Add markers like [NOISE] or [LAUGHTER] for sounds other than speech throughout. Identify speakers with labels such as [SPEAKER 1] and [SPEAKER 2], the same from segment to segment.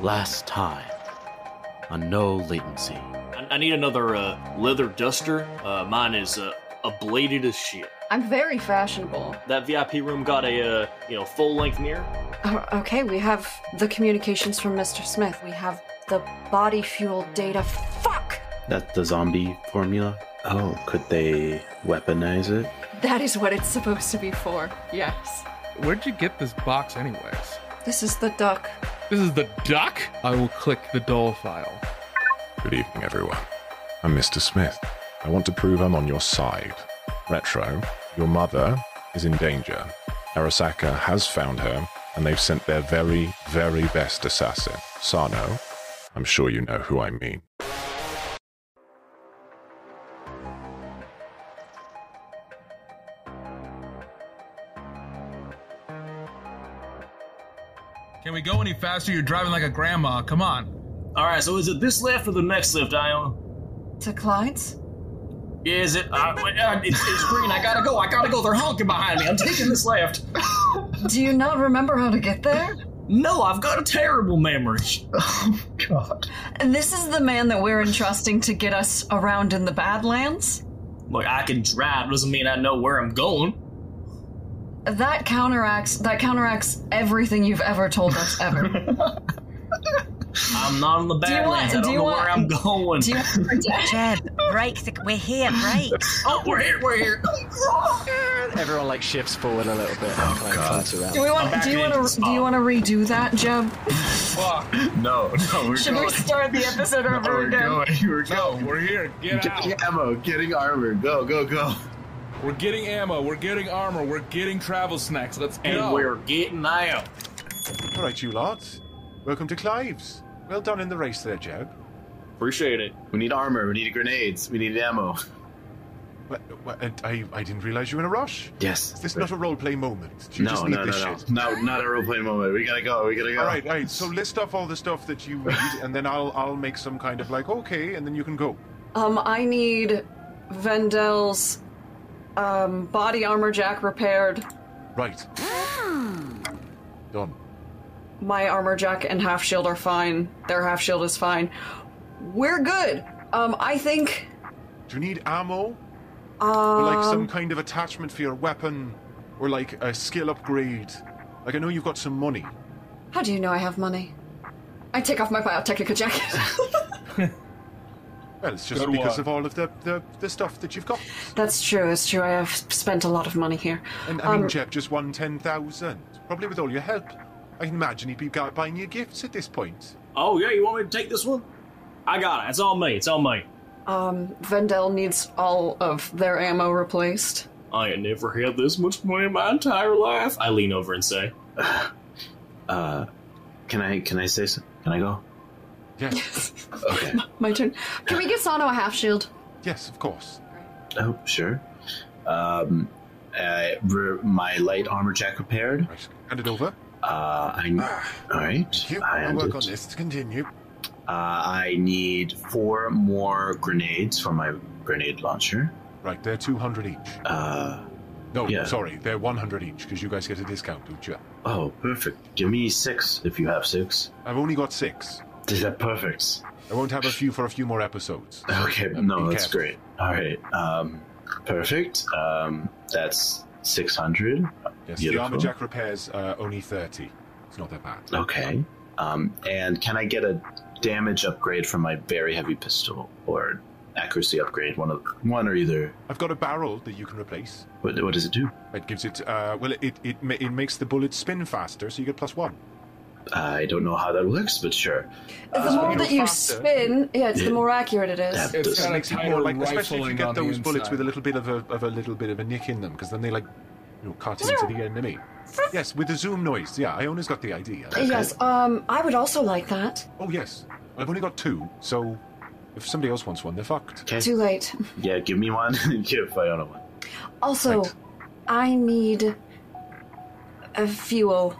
[SPEAKER 1] last time on no latency.
[SPEAKER 2] I, I need another uh, leather duster. Uh, mine is uh, ablated as shit.
[SPEAKER 3] I'm very fashionable.
[SPEAKER 2] That VIP room got a uh, you know full length mirror.
[SPEAKER 3] Uh, Okay, we have the communications from Mr. Smith. We have the body fuel data. Fuck!
[SPEAKER 1] That's the zombie formula. Oh, could they weaponize it?
[SPEAKER 3] That is what it's supposed to be for. Yes.
[SPEAKER 4] Where'd you get this box, anyways?
[SPEAKER 3] This is the duck.
[SPEAKER 4] This is the duck? I will click the doll file.
[SPEAKER 5] Good evening, everyone. I'm Mr. Smith. I want to prove I'm on your side. Retro, your mother is in danger. Arasaka has found her, and they've sent their very, very best assassin, Sano. I'm sure you know who I mean.
[SPEAKER 4] Can we go any faster? You're driving like a grandma. Come on.
[SPEAKER 2] All right, so is it this lift or the next lift, Iona?
[SPEAKER 3] To Clyde's?
[SPEAKER 2] Yeah, is it? Uh, wait, uh, it's, it's green. I gotta go. I gotta go. They're honking behind me. I'm taking this left.
[SPEAKER 3] Do you not remember how to get there?
[SPEAKER 2] No, I've got a terrible memory.
[SPEAKER 6] God.
[SPEAKER 3] This is the man that we're entrusting to get us around in the Badlands?
[SPEAKER 2] Look, I can drive. Doesn't mean I know where I'm going.
[SPEAKER 3] That counteracts that counteracts everything you've ever told us ever.
[SPEAKER 2] I'm not in the
[SPEAKER 3] you want-
[SPEAKER 2] Badlands. I
[SPEAKER 3] do
[SPEAKER 2] don't
[SPEAKER 3] you
[SPEAKER 2] know
[SPEAKER 3] want-
[SPEAKER 2] where I'm going.
[SPEAKER 3] Do you
[SPEAKER 7] Chad, break. The, we're here,
[SPEAKER 4] [LAUGHS]
[SPEAKER 7] break.
[SPEAKER 2] Oh, we're here. We're
[SPEAKER 3] [LAUGHS]
[SPEAKER 2] here.
[SPEAKER 8] Everyone like shifts forward a little bit and kind of clumps around.
[SPEAKER 3] do we want do you
[SPEAKER 2] in
[SPEAKER 3] want
[SPEAKER 2] this
[SPEAKER 3] to do you want to redo that, Jeb?
[SPEAKER 4] [LAUGHS] Fuck.
[SPEAKER 6] No, no, we're
[SPEAKER 3] Should
[SPEAKER 6] going.
[SPEAKER 3] we start the episode
[SPEAKER 6] No,
[SPEAKER 3] over
[SPEAKER 6] we're
[SPEAKER 3] again?
[SPEAKER 8] [LAUGHS]
[SPEAKER 6] going. We're
[SPEAKER 4] No,
[SPEAKER 6] going.
[SPEAKER 4] we're here. Get out.
[SPEAKER 6] Getting ammo, getting armor. Go, go, go.
[SPEAKER 4] We're getting ammo. We're getting armor. We're getting travel snacks. Let's go.
[SPEAKER 2] And we're getting out.
[SPEAKER 9] All right, you lot. Welcome to Clive's. Well done in the race there, Joe.
[SPEAKER 2] Appreciate it.
[SPEAKER 8] We need armor, we need grenades, we need ammo.
[SPEAKER 9] Well, well, and I, I didn't realize you were in a rush.
[SPEAKER 8] Yes.
[SPEAKER 9] Is this not a roleplay moment? Do you
[SPEAKER 8] no,
[SPEAKER 9] just need
[SPEAKER 8] no, no,
[SPEAKER 9] this
[SPEAKER 8] no,
[SPEAKER 9] shit?
[SPEAKER 8] no, not a roleplay moment. We gotta go. We gotta go.
[SPEAKER 9] All right, all right. So list off all the stuff that you need, and then I'll I'll make some kind of like okay, and then you can go.
[SPEAKER 3] Um, I need Vendel's um, body armor jack repaired,
[SPEAKER 9] Right. Done.
[SPEAKER 3] my armor jack and half shield are fine. Their half shield is fine. We're good. Um, I think.
[SPEAKER 9] Do you need ammo or
[SPEAKER 3] Um,
[SPEAKER 9] like some kind of attachment for your weapon, or like a skill upgrade? Like I know you've got some money.
[SPEAKER 3] how do you know I have money? I take off my biotechnica jacket. [LAUGHS]
[SPEAKER 9] Well, it's just
[SPEAKER 4] Good
[SPEAKER 9] because
[SPEAKER 4] one.
[SPEAKER 9] of all of the, the the stuff that you've got.
[SPEAKER 3] That's true. It's true. I have spent a lot of money here.
[SPEAKER 9] And I mean,
[SPEAKER 3] Um,
[SPEAKER 9] Jeb just won 10,000. Probably with all your help. I can imagine he'd be gu- buying you gifts at this point.
[SPEAKER 2] Oh yeah, you want me to take this one? I got it. It's all me. It's all me.
[SPEAKER 3] Um, Vendel needs all of their ammo
[SPEAKER 9] [LAUGHS]
[SPEAKER 3] replaced.
[SPEAKER 2] I ain't never had this much money in my entire life. I lean over and say,
[SPEAKER 8] [SIGHS] Uh, can I? Can I say? Something? Can I go?
[SPEAKER 9] Yeah. [LAUGHS]
[SPEAKER 8] Okay.
[SPEAKER 3] My turn. Can we get Sano a half shield?
[SPEAKER 9] yes, of course.
[SPEAKER 8] oh, sure. Um, uh, re- my light armor jack repaired.
[SPEAKER 9] Right. Hand it over.
[SPEAKER 8] Uh, I.
[SPEAKER 9] [SIGHS]
[SPEAKER 8] All right.
[SPEAKER 9] You
[SPEAKER 8] I
[SPEAKER 9] I'll
[SPEAKER 8] hand
[SPEAKER 9] work
[SPEAKER 8] it.
[SPEAKER 9] on this to continue.
[SPEAKER 8] Uh, I need four more grenades for my grenade launcher.
[SPEAKER 9] Right, they're 200 each.
[SPEAKER 8] Uh,
[SPEAKER 9] No,
[SPEAKER 8] Yeah.
[SPEAKER 9] sorry, they're 100 each because you guys get a discount, don't you?
[SPEAKER 8] oh, perfect. Give me six if you have six. [LAUGHS]
[SPEAKER 9] I've only got six.
[SPEAKER 8] Is that perfect?
[SPEAKER 9] I won't have a few for a few more episodes.
[SPEAKER 8] Okay,
[SPEAKER 9] Uh,
[SPEAKER 8] no,
[SPEAKER 9] be
[SPEAKER 8] that's
[SPEAKER 9] careful.
[SPEAKER 8] great. All right, um, perfect. Um, that's six hundred.
[SPEAKER 9] Yes, the
[SPEAKER 8] Beautiful.
[SPEAKER 9] armor jack repairs uh, only 30. It's not that bad.
[SPEAKER 8] Okay. Um, and can I get a damage upgrade from my very heavy pistol or accuracy upgrade? One of one or either.
[SPEAKER 9] I've got a barrel that you can replace.
[SPEAKER 8] What, what does it do?
[SPEAKER 9] It gives it, uh, well, it, it, ma- it makes the bullet spin faster, so you get plus one.
[SPEAKER 8] I don't know how that works, but sure.
[SPEAKER 3] The
[SPEAKER 9] Uh, so
[SPEAKER 3] more
[SPEAKER 9] you
[SPEAKER 3] that
[SPEAKER 9] go
[SPEAKER 3] you
[SPEAKER 9] faster.
[SPEAKER 3] spin, yeah, it's the
[SPEAKER 8] Yeah.
[SPEAKER 3] more accurate it is.
[SPEAKER 8] That
[SPEAKER 4] It's
[SPEAKER 8] does-
[SPEAKER 4] got a
[SPEAKER 9] makes it
[SPEAKER 4] tighter
[SPEAKER 9] more like, especially if you
[SPEAKER 4] rifling
[SPEAKER 9] get
[SPEAKER 4] on
[SPEAKER 9] those
[SPEAKER 4] the
[SPEAKER 9] bullets
[SPEAKER 4] inside.
[SPEAKER 9] with a little bit of a, of a little bit of a nick in them, because then they like you know, cut into the enemy. Yes, with the zoom noise. Yeah, Iona's got the idea.
[SPEAKER 3] Yes. Um, I would also like that.
[SPEAKER 9] Oh yes, I've only got two, so if somebody else wants one, they're fucked.
[SPEAKER 8] Okay.
[SPEAKER 3] Too late.
[SPEAKER 8] Yeah, give me one. [LAUGHS] give Fiona one.
[SPEAKER 3] Also,
[SPEAKER 9] Right.
[SPEAKER 3] I need a fuel.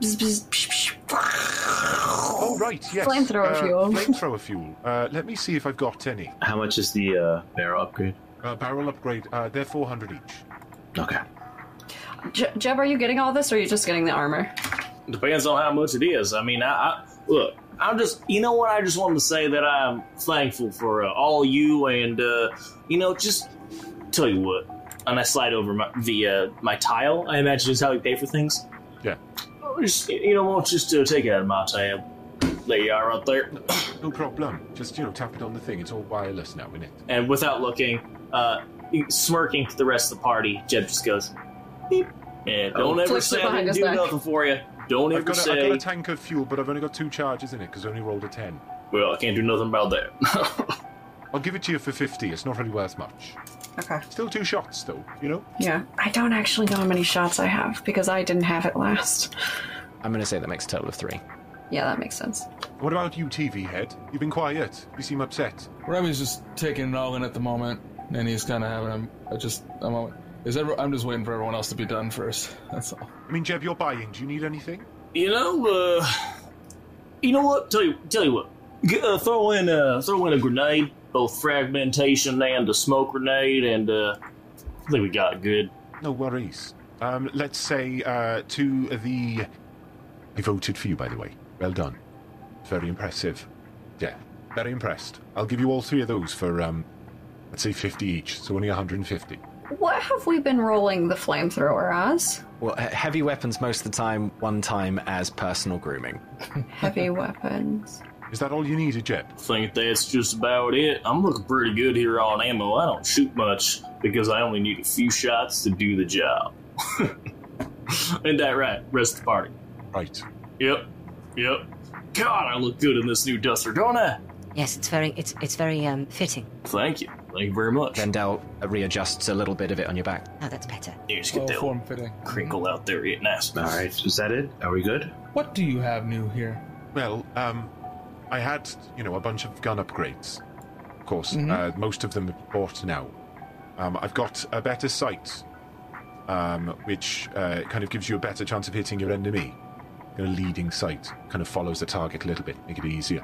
[SPEAKER 3] Bzz, bzz, psh, psh, pah.
[SPEAKER 9] Oh right, yes.
[SPEAKER 3] Flamethrower
[SPEAKER 9] uh,
[SPEAKER 3] fuel.
[SPEAKER 9] Flamethrower fuel. Uh, let me see if I've got any.
[SPEAKER 8] How much is the uh, barrel upgrade?
[SPEAKER 9] Uh, barrel upgrade. Uh, they're four hundred each.
[SPEAKER 8] Okay.
[SPEAKER 3] Je- Jeb, are you getting all this, or are you just getting the armor?
[SPEAKER 10] Depends on how much it is. I mean, I, I look. I'm just, you know what? I just wanted to say that I'm thankful for uh, all you, and uh, you know, just tell you what. And I slide over my, the uh, my tile. I imagine is how we pay for things.
[SPEAKER 9] Yeah.
[SPEAKER 10] Oh, Just, you know, won't you just uh, take it out of my tab? There you are, right there.
[SPEAKER 9] No problem. Just, you know, tap it on the thing. It's all wireless now, isn't it?
[SPEAKER 10] And without looking, uh, smirking to the rest of the party, Jeb just goes, "Beep." And don't
[SPEAKER 3] Oh.
[SPEAKER 10] ever
[SPEAKER 3] Flips it
[SPEAKER 10] say I
[SPEAKER 3] behind
[SPEAKER 10] didn't
[SPEAKER 3] his
[SPEAKER 10] do
[SPEAKER 3] back.
[SPEAKER 10] nothing for you. Don't
[SPEAKER 9] I've
[SPEAKER 10] ever
[SPEAKER 9] got, a, I've
[SPEAKER 10] say.
[SPEAKER 9] got a tank of fuel, but I've only got two charges in it because I only rolled a 10.
[SPEAKER 10] Well, I can't do nothing about that.
[SPEAKER 9] I'll give it to you for 50. It's not really worth much.
[SPEAKER 3] Okay.
[SPEAKER 9] Still two shots, though, you know?
[SPEAKER 3] Yeah. I don't actually know how many shots I have because I didn't have it last.
[SPEAKER 11] I'm going to say that makes a total of three.
[SPEAKER 3] Yeah, that makes sense.
[SPEAKER 9] What about you, TV head? You've been quiet. You seem upset.
[SPEAKER 4] Remy's just taking it all in at the moment, and he's kind of having a, a just a moment. Is every, I'm just waiting for everyone else to be done first. [LAUGHS] That's all.
[SPEAKER 9] I mean, Jeb, you're buying. Do you need anything?
[SPEAKER 10] You know, uh, you know what? Tell you, tell you what. G- uh, throw in, uh, throw in a grenade, both fragmentation and a smoke grenade, and uh, I think we got it good.
[SPEAKER 9] No worries. Um, let's say uh, to the. I voted for you, by the way. Well done. Very impressive. Yeah, very impressed. I'll give you all three of those for, um, let's say 50 each, so only 150.
[SPEAKER 3] What have we been rolling the flamethrower as?
[SPEAKER 11] Well, he- heavy weapons most of the time, one time as personal grooming. [LAUGHS]
[SPEAKER 3] Heavy weapons.
[SPEAKER 9] Is that all you needed, Jeb?
[SPEAKER 10] I think that's just about it. I'm looking pretty good here on ammo. I don't shoot much because I only need a few shots to do the job. [LAUGHS] Ain't that right? Rest of the party.
[SPEAKER 9] Right.
[SPEAKER 10] Yep. Yep. God, I look good in this new duster, don't I?
[SPEAKER 7] Yes, it's very it's it's very um fitting.
[SPEAKER 10] Thank you. Thank you very much.
[SPEAKER 11] Vendel readjusts a little bit of it on your back.
[SPEAKER 7] Oh, that's better.
[SPEAKER 10] Here's get that
[SPEAKER 4] form fitting.
[SPEAKER 10] crinkle out there, it nice.
[SPEAKER 8] All right, is that it? Are we good?
[SPEAKER 4] What do you have new here?
[SPEAKER 9] Well, um, I had, you know, a bunch of gun upgrades. Of course, uh, most of them bought now. Um, I've got a better sight, um, which uh, kind of gives you a better chance of hitting your enemy. A leading sight kind of follows the target a little bit, make it easier.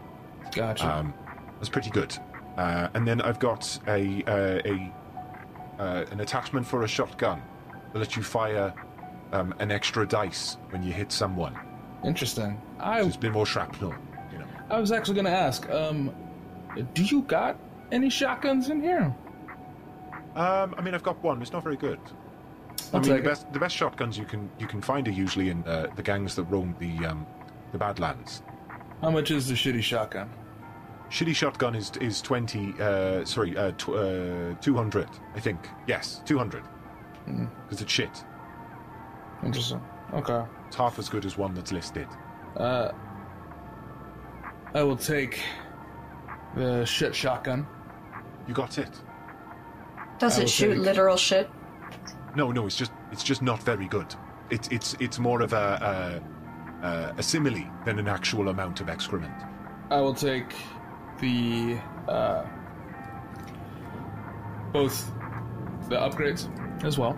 [SPEAKER 4] Gotcha.
[SPEAKER 9] Um, that's pretty good. Uh, and then I've got a uh, a uh, an attachment for a shotgun that lets you fire um, an extra dice when you hit someone.
[SPEAKER 4] Interesting.
[SPEAKER 9] So
[SPEAKER 4] I
[SPEAKER 9] it's been more shrapnel, you know.
[SPEAKER 4] I was actually gonna ask. Um, do you got any shotguns in here?
[SPEAKER 9] Um, I mean, I've got one. It's not very good. i
[SPEAKER 4] I'll
[SPEAKER 9] mean, the
[SPEAKER 4] take it.
[SPEAKER 9] best the best shotguns you can you can find are usually in uh, the gangs that roam the um, the Badlands.
[SPEAKER 4] How much is the shitty shotgun?
[SPEAKER 9] Shitty shotgun is is twenty. Uh, sorry, uh, tw- uh, two hundred. I think yes, two hundred. Because it's shit.
[SPEAKER 4] Interesting. Okay.
[SPEAKER 9] It's half as good as one that's listed.
[SPEAKER 4] Uh, I will take the shit shotgun.
[SPEAKER 9] You got it.
[SPEAKER 3] Does
[SPEAKER 4] I
[SPEAKER 3] it
[SPEAKER 4] will
[SPEAKER 3] shoot
[SPEAKER 4] take-
[SPEAKER 3] literal shit?
[SPEAKER 9] No, no, it's just it's just not very good. It's it's it's more of a a, a, a simile than an actual amount of excrement.
[SPEAKER 4] I will take the uh, both the upgrades as well.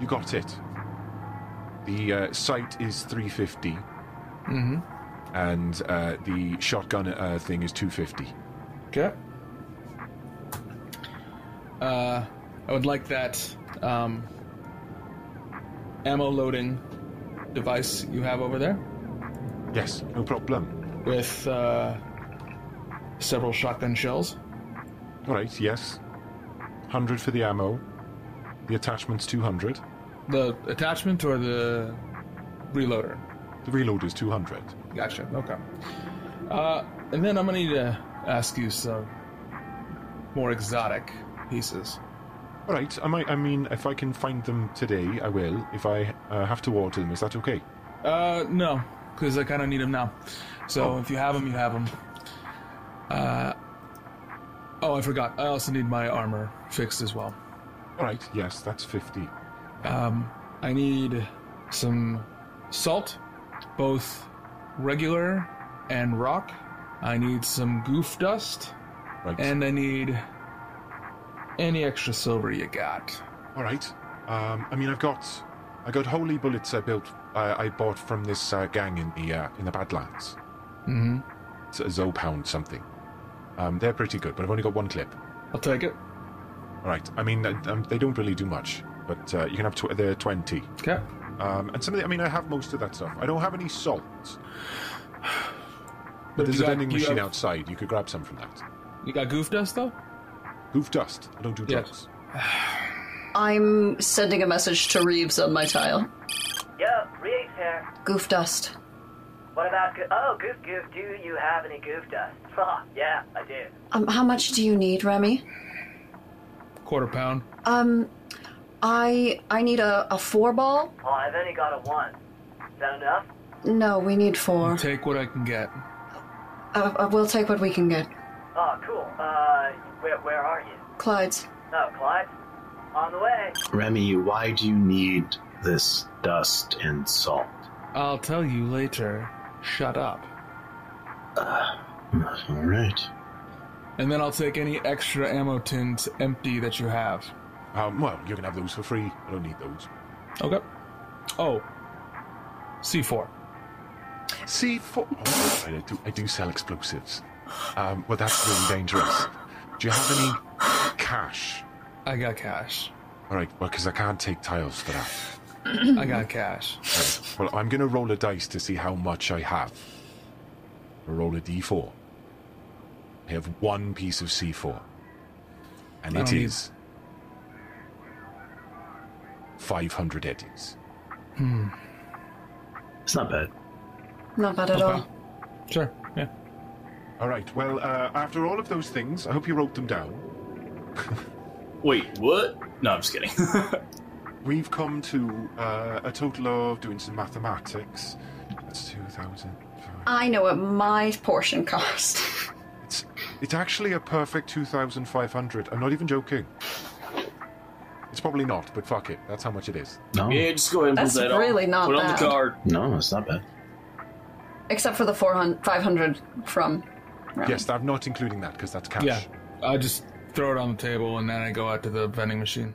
[SPEAKER 9] You got it. The uh, sight is 350,
[SPEAKER 4] Mm-hmm.
[SPEAKER 9] and uh, the shotgun uh, thing is 250.
[SPEAKER 4] Okay. Uh, I would like that um, ammo loading device you have over there
[SPEAKER 9] Yes, no problem.
[SPEAKER 4] with uh, several shotgun shells.
[SPEAKER 9] All right, yes. 100 for the ammo. The attachment's 200.
[SPEAKER 4] The attachment or the reloader?
[SPEAKER 9] The reload is 200.
[SPEAKER 4] Gotcha. Okay. Uh, and then I'm gonna need to ask you some more exotic pieces.
[SPEAKER 9] All right, I might. I mean, if I can find them today, I will. If I uh, have to order them, is that okay?
[SPEAKER 4] Uh, no, because I kind of need them now. So
[SPEAKER 9] Oh.
[SPEAKER 4] if you have them, you have them. Uh, oh, I forgot. I also need my armor fixed as well.
[SPEAKER 9] All right, yes, that's 50.
[SPEAKER 4] Um, I need some salt, both regular and rock. I need some goof dust,
[SPEAKER 9] Right.
[SPEAKER 4] and I need any extra silver you got.
[SPEAKER 9] All right. Um, I mean, I've got, I got holy bullets I built, uh, I bought from this uh, gang in the uh, in the Badlands.
[SPEAKER 4] Mm-hmm.
[SPEAKER 9] It's a Zopound something. Um, they're pretty good, but I've only got one clip.
[SPEAKER 4] I'll take it.
[SPEAKER 9] All right. I mean, uh, um, they don't really do much, but uh, you can have tw- they're twenty.
[SPEAKER 4] Okay.
[SPEAKER 9] Um, and some of the, I mean, I have most of that stuff. I don't have
[SPEAKER 4] [SIGHS]
[SPEAKER 9] any salt.
[SPEAKER 4] But
[SPEAKER 9] But there's
[SPEAKER 4] you
[SPEAKER 9] a
[SPEAKER 4] got-
[SPEAKER 9] vending
[SPEAKER 4] you
[SPEAKER 9] machine
[SPEAKER 4] have-
[SPEAKER 9] outside. You could grab some from that.
[SPEAKER 4] You got goof dust though?
[SPEAKER 9] Goof dust. I don't do drugs.
[SPEAKER 3] I'm sending a message to Reeves on my tile.
[SPEAKER 12] Yo, Reeves here.
[SPEAKER 3] Goof dust.
[SPEAKER 12] What about goo- oh goof goof? Do you have any goof dust? [LAUGHS] Huh, yeah, I do.
[SPEAKER 3] Um, how much do you need, Remy?
[SPEAKER 4] Quarter pound.
[SPEAKER 3] Um, I I need a, a four ball.
[SPEAKER 12] Oh, I've only got a one. Is that enough?
[SPEAKER 3] No, we need four.
[SPEAKER 4] Take what I can get.
[SPEAKER 3] Uh, uh, we'll take what we can get.
[SPEAKER 12] Oh, cool. Uh, where where are you?
[SPEAKER 3] Clyde's.
[SPEAKER 12] Oh, Clyde, on the way.
[SPEAKER 8] Remy, why do you need this dust and salt?
[SPEAKER 4] I'll tell you later. Shut up.
[SPEAKER 8] All right.
[SPEAKER 4] And then I'll take any extra ammo tins empty that you have.
[SPEAKER 9] Um, well, you can have those for free. I don't need those.
[SPEAKER 4] Okay. Oh. C4.
[SPEAKER 9] C4. Oh, I, do, I do sell explosives. Um, well, that's really dangerous. Do you have any cash?
[SPEAKER 4] I got cash.
[SPEAKER 9] All right, well, because I can't take tiles for that.
[SPEAKER 4] I got cash.
[SPEAKER 9] All right, well, I'm going to roll a dice to see how much I have. I roll a d4. I have one piece of c4. And
[SPEAKER 4] I
[SPEAKER 9] it
[SPEAKER 4] don't need-
[SPEAKER 9] is 500 eddies.
[SPEAKER 4] Hmm.
[SPEAKER 8] It's not bad.
[SPEAKER 3] Not bad at all.
[SPEAKER 4] Sure, yeah.
[SPEAKER 9] All right, well, uh, after all of those things, I hope you wrote them down.
[SPEAKER 10] Wait, what? No, I'm just kidding. [LAUGHS]
[SPEAKER 9] We've come to uh, a total of doing some mathematics. That's 2,000.
[SPEAKER 3] I know what my portion cost. [LAUGHS]
[SPEAKER 9] It's, it's actually a perfect 2,500. I'm not even joking. It's probably not, but fuck it. That's how much it is.
[SPEAKER 8] No.
[SPEAKER 10] Yeah, just go ahead and
[SPEAKER 3] That's
[SPEAKER 10] put that on.
[SPEAKER 3] really not
[SPEAKER 10] Put it on
[SPEAKER 3] bad.
[SPEAKER 10] the card.
[SPEAKER 8] No, it's not bad.
[SPEAKER 3] Except for the 400, 500 from. Remy.
[SPEAKER 9] Yes, I'm not including that because that's cash.
[SPEAKER 4] Yeah. I just throw it on the table and then I go out to the vending machine.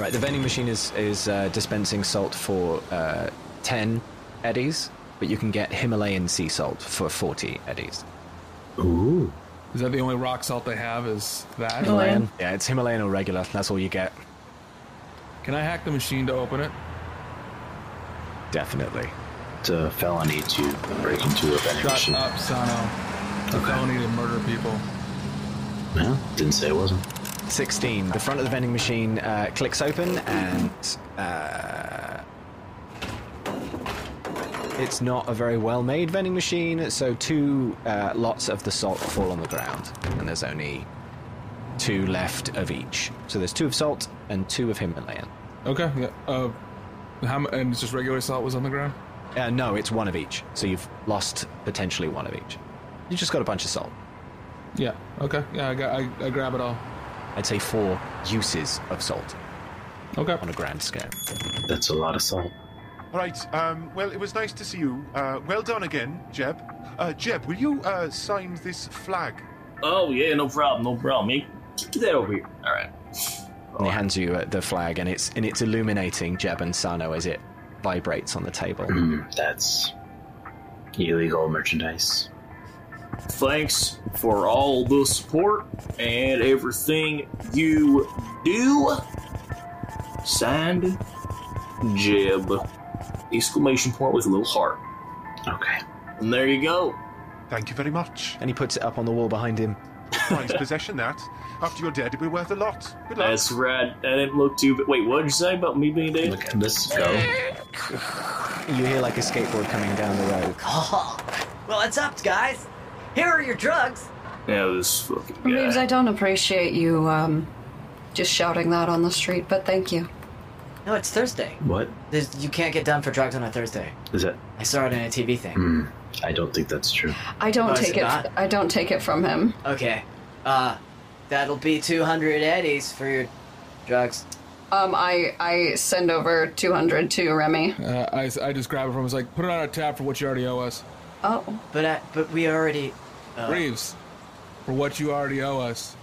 [SPEAKER 11] Right, the vending machine is is uh, dispensing salt for uh, ten eddies, but you can get Himalayan sea salt for forty eddies.
[SPEAKER 8] Ooh.
[SPEAKER 4] Is that the only rock salt they have? Is that?
[SPEAKER 3] Oh,
[SPEAKER 11] Himalayan? Yeah, it's Himalayan or regular. That's all you get.
[SPEAKER 4] Can I hack the machine to open it?
[SPEAKER 11] Definitely.
[SPEAKER 8] It's a uh, felony to break into a vending
[SPEAKER 4] Shut
[SPEAKER 8] machine.
[SPEAKER 4] up, Sano. I don't need to murder people.
[SPEAKER 8] No, didn't say it wasn't.
[SPEAKER 11] 16. The front of the vending machine uh, clicks open and. Uh, it's not a very well made vending machine, so two uh, lots of the salt fall on the ground, and there's only two left of each. So there's two of salt and two of Himalayan.
[SPEAKER 4] Okay. Yeah. Uh, how, mu- and it's just regular salt was on the ground?
[SPEAKER 11] Uh, no, it's one of each, so you've lost potentially one of each. You just got a bunch of salt.
[SPEAKER 4] Yeah. Okay. Yeah, I, got, I, I grab it all.
[SPEAKER 11] I'd say four uses of salt.
[SPEAKER 4] Okay.
[SPEAKER 11] On a grand scale.
[SPEAKER 8] That's a lot of salt. [CLEARS THROAT]
[SPEAKER 9] All right. Um, well, it was nice to see you. Uh, well done again, Jeb. Uh, Jeb, will you uh, sign this flag?
[SPEAKER 10] Oh yeah, no problem, no problem. Yeah, Get that over here. All right.
[SPEAKER 11] And he hands you uh, the flag, and it's and it's illuminating Jeb and Sano as it vibrates on the table.
[SPEAKER 8] Mm, that's illegal merchandise.
[SPEAKER 10] Thanks for all the support and everything you do. Signed, Jeb. Exclamation point with a little heart.
[SPEAKER 8] Okay.
[SPEAKER 10] And there you go.
[SPEAKER 9] Thank you very much.
[SPEAKER 11] And he puts it up on the wall behind him.
[SPEAKER 9] Prized possession, that. After you're dead, it'll be worth a lot. Good luck.
[SPEAKER 10] That's right. I didn't look too. But wait, what did you say about me being dead?
[SPEAKER 8] Look at this go.
[SPEAKER 11] You hear like a skateboard coming down the road.
[SPEAKER 12] Oh, well, it's up, guys. Here are your drugs.
[SPEAKER 10] Yeah, this fucking guy.
[SPEAKER 3] Reeves, I don't appreciate you um, just shouting that on the street, but thank you.
[SPEAKER 12] No, it's Thursday.
[SPEAKER 8] What
[SPEAKER 12] There's, you can't get done for drugs on a Thursday.
[SPEAKER 8] is that?
[SPEAKER 12] I saw it in a TV thing.
[SPEAKER 8] Hmm. I don't think that's true.
[SPEAKER 3] I don't
[SPEAKER 12] Oh, is
[SPEAKER 3] take
[SPEAKER 12] it
[SPEAKER 3] it.
[SPEAKER 12] not?
[SPEAKER 3] I don't take it from him.
[SPEAKER 12] Okay. Uh, that'll be 200 eddies for your drugs.
[SPEAKER 3] Um, I I send over two hundred to Remy.
[SPEAKER 4] Uh, I, s- I just grab it from him. It's like, put it on our tab for what you already owe us.
[SPEAKER 3] Oh,
[SPEAKER 12] But I, but we already. Uh,
[SPEAKER 4] Reeves, for what you already owe us.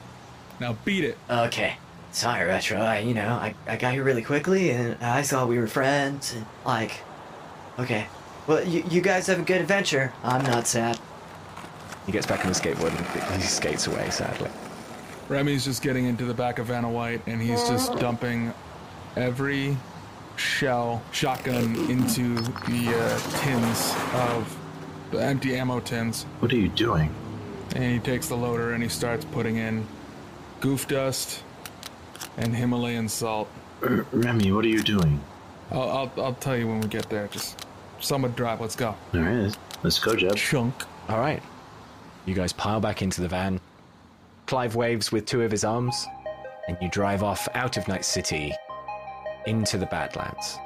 [SPEAKER 4] Now beat it.
[SPEAKER 12] Okay. Sorry, Retro. I, you know, I, I got here really quickly and I saw we were friends and, like, okay. Well, you, you guys have a good adventure. I'm not sad.
[SPEAKER 11] He gets back on the skateboard and he skates away sadly.
[SPEAKER 4] Remy's just getting into the back of Vanna White and he's just dumping every shell shotgun into the uh, tins of the empty ammo tins.
[SPEAKER 8] What are you doing?
[SPEAKER 4] And he takes the loader and he starts putting in goof dust and Himalayan salt.
[SPEAKER 8] R- Remy, what are you doing?
[SPEAKER 4] I'll, I'll, I'll tell you when we get there. Just someone drive. Let's go.
[SPEAKER 8] All right, let's go, Jeb.
[SPEAKER 4] Chunk.
[SPEAKER 11] All right. You guys pile back into the van. Clive waves with two of his arms, and you drive off out of Night City into the Badlands.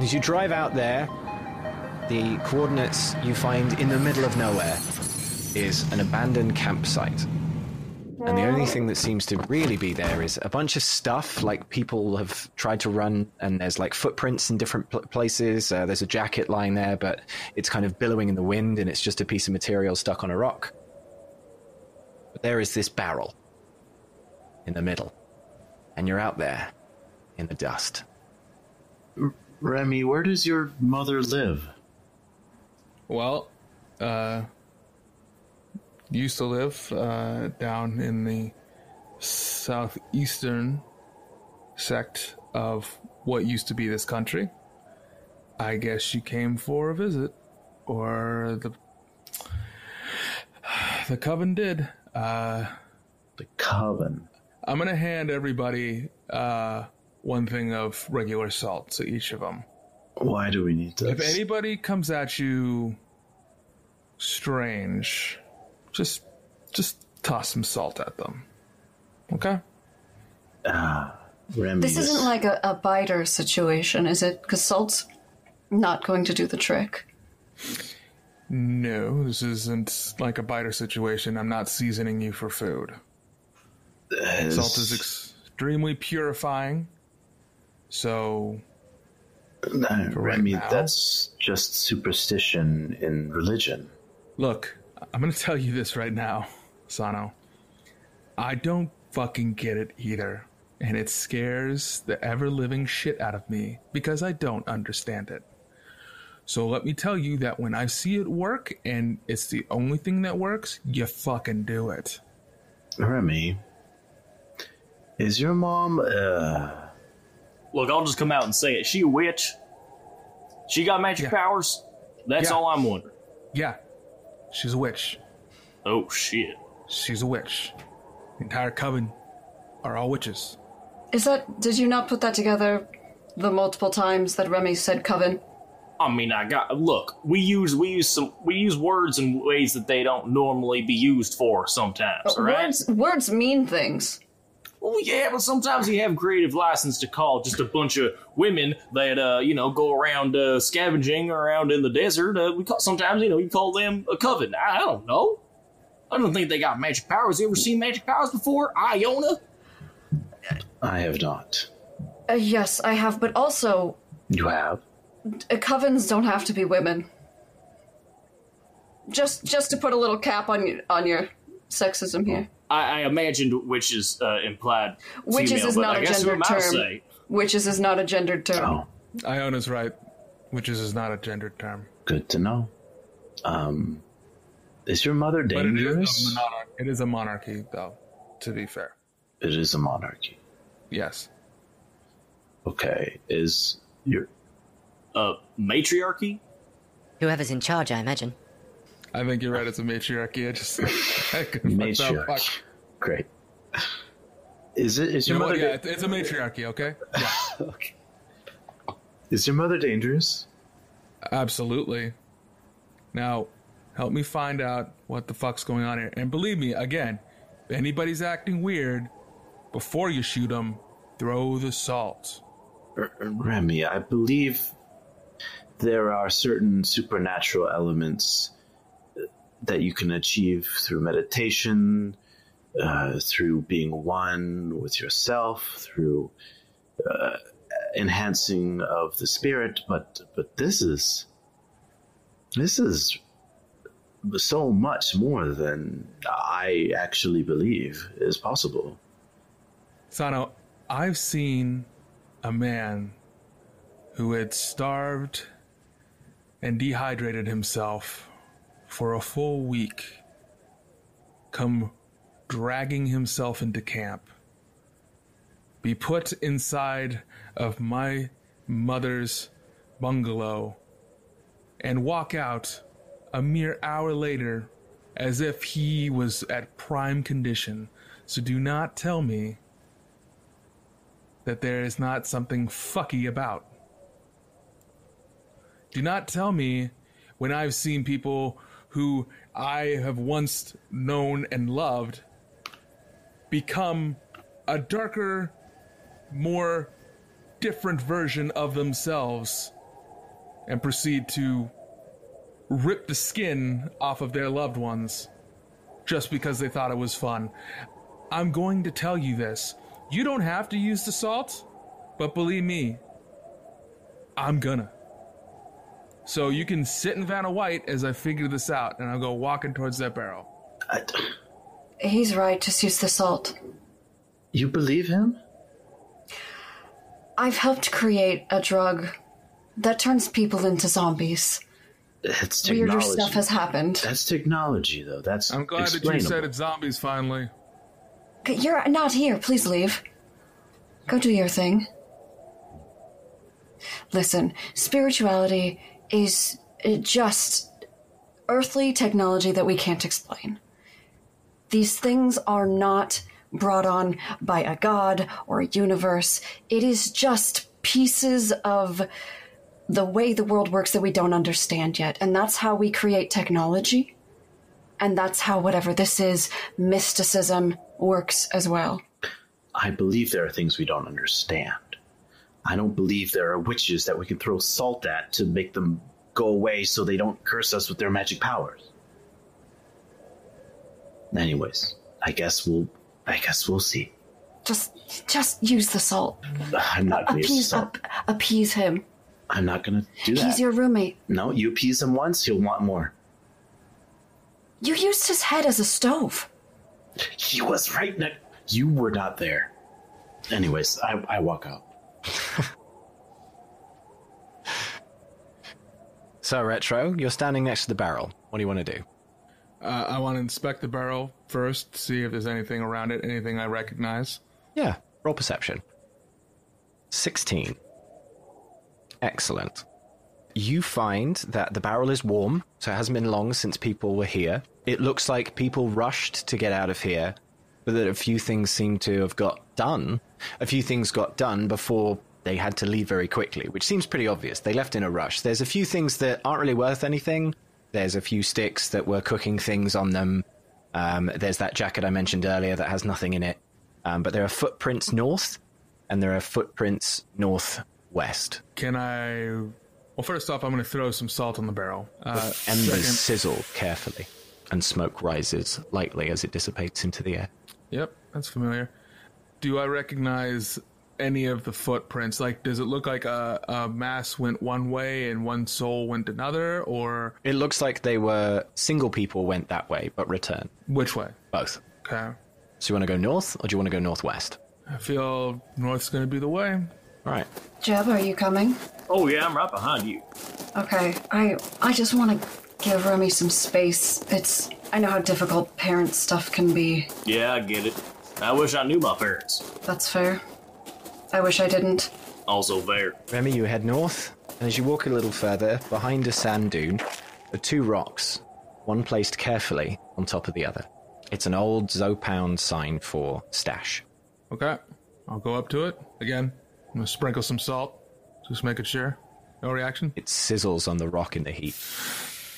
[SPEAKER 11] As you drive out there, the coordinates you find in the middle of nowhere is an abandoned campsite. And the only thing that seems to really be there is a bunch of stuff like people have tried to run, and there's like footprints in different pl- places. Uh, there's a jacket lying there, but it's kind of billowing in the wind, and it's just a piece of material stuck on a rock. But there is this barrel in the middle, and you're out there in the dust.
[SPEAKER 8] Remy, where does your mother live?
[SPEAKER 4] Well, uh, used to live uh, down in the southeastern sect of what used to be this country. I guess she came for a visit, or the the coven did. Uh,
[SPEAKER 8] the coven.
[SPEAKER 4] I'm gonna hand everybody uh, one thing of regular salt to each of them.
[SPEAKER 8] Why do we need this?
[SPEAKER 4] If anybody comes at you strange, just just toss some salt at them. Okay?
[SPEAKER 8] Ah, Remy.
[SPEAKER 3] This isn't like a, a biter situation, is it? Because salt's not going to do the trick.
[SPEAKER 4] No, this isn't like a biter situation. I'm not seasoning you for food.
[SPEAKER 8] Yes.
[SPEAKER 4] Salt is extremely purifying. So
[SPEAKER 8] No,
[SPEAKER 4] for right
[SPEAKER 8] Remy,
[SPEAKER 4] now-
[SPEAKER 8] that's just superstition in religion.
[SPEAKER 4] Look, I'm gonna tell you this right now, Sano. I don't fucking get it either. And it scares the ever living shit out of me because I don't understand it. So let me tell you that when I see it work and it's the only thing that works, you fucking do it.
[SPEAKER 8] Remy, is your mom? Uh,
[SPEAKER 10] Look, I'll just come out and say it. She a witch. She got magic powers. That's
[SPEAKER 4] Yeah.
[SPEAKER 10] all I'm wondering.
[SPEAKER 4] Yeah, she's a witch.
[SPEAKER 10] Oh shit.
[SPEAKER 4] She's a witch. The entire coven are all witches.
[SPEAKER 3] Is that. Did you not put that together the multiple times that Remy said coven?
[SPEAKER 10] I mean, I got look. We use we use some we use words in ways that they don't normally be used for. Sometimes, all right?
[SPEAKER 3] Words, words mean things.
[SPEAKER 10] Well, yeah, but sometimes you have creative license to call just a bunch of women that uh, you know go around uh, scavenging around in the desert. Uh, we call sometimes you know you call them a coven. I, I don't know. I don't think they got magic powers. You ever seen magic powers before? Iona.
[SPEAKER 8] I have not.
[SPEAKER 3] Uh, yes, I have, but also,
[SPEAKER 8] You have.
[SPEAKER 3] uh, covens don't have to be women. Just just to put a little cap on you, on your sexism here.
[SPEAKER 10] I, I imagined witches uh, implied.
[SPEAKER 3] Witches
[SPEAKER 10] female,
[SPEAKER 3] is
[SPEAKER 10] but
[SPEAKER 3] not
[SPEAKER 10] I
[SPEAKER 3] a
[SPEAKER 10] guess
[SPEAKER 3] gendered
[SPEAKER 10] what I'll
[SPEAKER 3] term.
[SPEAKER 10] say-
[SPEAKER 3] Witches is not a gendered
[SPEAKER 8] Oh,
[SPEAKER 3] term.
[SPEAKER 4] Iona's right. Witches is not a gendered term.
[SPEAKER 8] Good to know. Um, is your mother
[SPEAKER 4] But it is,
[SPEAKER 8] dangerous?
[SPEAKER 4] a monarch- it is a monarchy, though, to be fair.
[SPEAKER 8] It is a monarchy.
[SPEAKER 4] Yes.
[SPEAKER 8] Okay. Is your
[SPEAKER 10] uh, matriarchy?
[SPEAKER 7] Whoever's in charge, I imagine.
[SPEAKER 4] I think you're right. It's a matriarchy. I just [LAUGHS] I couldn't fuck that
[SPEAKER 8] Matriarch.
[SPEAKER 4] fuck.
[SPEAKER 8] Great. Is it? Is
[SPEAKER 4] You
[SPEAKER 8] your
[SPEAKER 4] know
[SPEAKER 8] mother?
[SPEAKER 4] what? Yeah,
[SPEAKER 8] da-
[SPEAKER 4] it's it's a matriarchy. Okay. Yeah.
[SPEAKER 8] is your mother dangerous?
[SPEAKER 4] Absolutely. Now, help me find out what the fuck's going on here. And believe me, again, if anybody's acting weird, before you shoot them, throw the salt.
[SPEAKER 8] R- Remy, I believe there are certain supernatural elements uh, that you can achieve through meditation, uh, through being one with yourself, through uh, enhancing of the spirit. But but this is this is so much more than I actually believe is possible.
[SPEAKER 4] Sano, I've seen a man who had starved and dehydrated himself for a full week come dragging himself into camp, be put inside of my mother's bungalow, and walk out a mere hour later as if he was at prime condition. So do not tell me that there is not something fucky about. Do not tell me when I've seen people who I have once known and loved become a darker, more different version of themselves and proceed to rip the skin off of their loved ones just because they thought it was fun. I'm going to tell you this. You don't have to use the salt, but believe me, I'm gonna. So you can sit in Vanna White as I figure this out, and I'll go walking towards that barrel.
[SPEAKER 3] He's right, just use the salt.
[SPEAKER 8] You believe him?
[SPEAKER 3] I've helped create a drug that turns people into zombies.
[SPEAKER 8] That's technology.
[SPEAKER 3] Weirder stuff has happened.
[SPEAKER 8] That's technology, though. That's
[SPEAKER 4] I'm glad that you
[SPEAKER 8] explainable.
[SPEAKER 4] said it's zombies finally.
[SPEAKER 3] You're not here. Please leave. Go do your thing. Listen, spirituality is uh, just earthly technology that we can't explain. These things are not brought on by a god or a universe, it is just pieces of the way the world works that we don't understand yet. And that's how we create technology. And that's how whatever this is, mysticism works as well.
[SPEAKER 8] I believe there are things we don't understand. I don't believe there are witches that we can throw salt at to make them go away so they don't curse us with their magic powers. Anyways, I guess we'll I guess we'll see.
[SPEAKER 3] Just just use the salt.
[SPEAKER 8] I'm not gonna use
[SPEAKER 3] Appease,
[SPEAKER 8] salt.
[SPEAKER 3] ap- appease him.
[SPEAKER 8] I'm not gonna do that.
[SPEAKER 3] He's your roommate.
[SPEAKER 8] No, you appease him once, he'll want more.
[SPEAKER 3] You used his head as a stove.
[SPEAKER 8] He was right next you were not there. Anyways, I, I walk out.
[SPEAKER 1] So, Retro, you're standing next to the barrel. What do you want to do?
[SPEAKER 4] Uh, I want to inspect the barrel first, see if there's anything around it, anything I recognize.
[SPEAKER 1] Yeah, roll perception. 16. Excellent. You find that the barrel is warm, so it hasn't been long since people were here. It looks like people rushed to get out of here, but that a few things seem to have got done. A few things got done before they had to leave very quickly, which seems pretty obvious. They left in a rush. There's a few things that aren't really worth anything. There's a few sticks that were cooking things on them. Um, there's that jacket I mentioned earlier that has nothing in it. Um, but there are footprints north, and there are footprints northwest.
[SPEAKER 4] Can I? Well, first off, I'm going to throw some salt on the barrel. Uh,
[SPEAKER 1] Embers
[SPEAKER 4] second-
[SPEAKER 1] sizzle carefully, and smoke rises lightly as it dissipates into the air.
[SPEAKER 4] Yep, that's familiar. Do I recognize any of the footprints? Like, does it look like a, a mass went one way and one soul went another, or
[SPEAKER 1] It looks like they were single people went that way, but returned.
[SPEAKER 4] which way?
[SPEAKER 1] Both.
[SPEAKER 4] Okay.
[SPEAKER 1] So you want to go north, or do you want to go northwest?
[SPEAKER 4] I feel north's going to be the way.
[SPEAKER 1] All right.
[SPEAKER 3] Jeb, are you coming?
[SPEAKER 10] Oh yeah, I'm right behind you.
[SPEAKER 3] Okay. I I just want to give Remy some space. It's I know how difficult parent stuff can be.
[SPEAKER 10] Yeah, I get it. I wish I knew my parents.
[SPEAKER 3] That's fair. I wish I didn't.
[SPEAKER 10] Also there.
[SPEAKER 1] Remy, you head north, and as you walk a little further, behind a sand dune are two rocks, one placed carefully on top of the other. It's an old Zopound sign for stash.
[SPEAKER 4] Okay. I'll go up to it again. I'm going to sprinkle some salt, just making sure. No reaction.
[SPEAKER 1] It sizzles on the rock in the heat.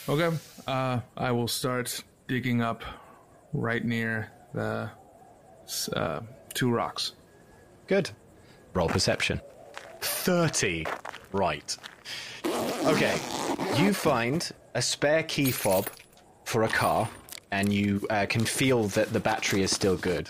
[SPEAKER 4] Okay. Uh, I will start digging up right near the s- uh, two rocks.
[SPEAKER 1] Good. Roll perception. 30. Right. Okay. You find a spare key fob for a car, and you uh, can feel that the battery is still good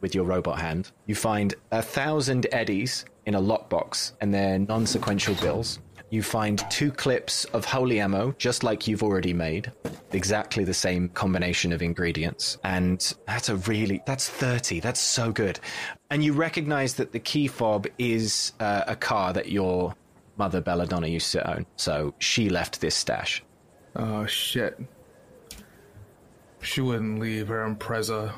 [SPEAKER 1] with your robot hand. You find a thousand eddies in a lockbox, and they're non sequential bills. You find two clips of holy ammo, just like you've already made, exactly the same combination of ingredients. And that's a really, that's 30. That's so good. And you recognize that the key fob is uh, a car that your
[SPEAKER 11] mother Belladonna used to own. So she left this stash.
[SPEAKER 4] Oh shit. She wouldn't leave her Impreza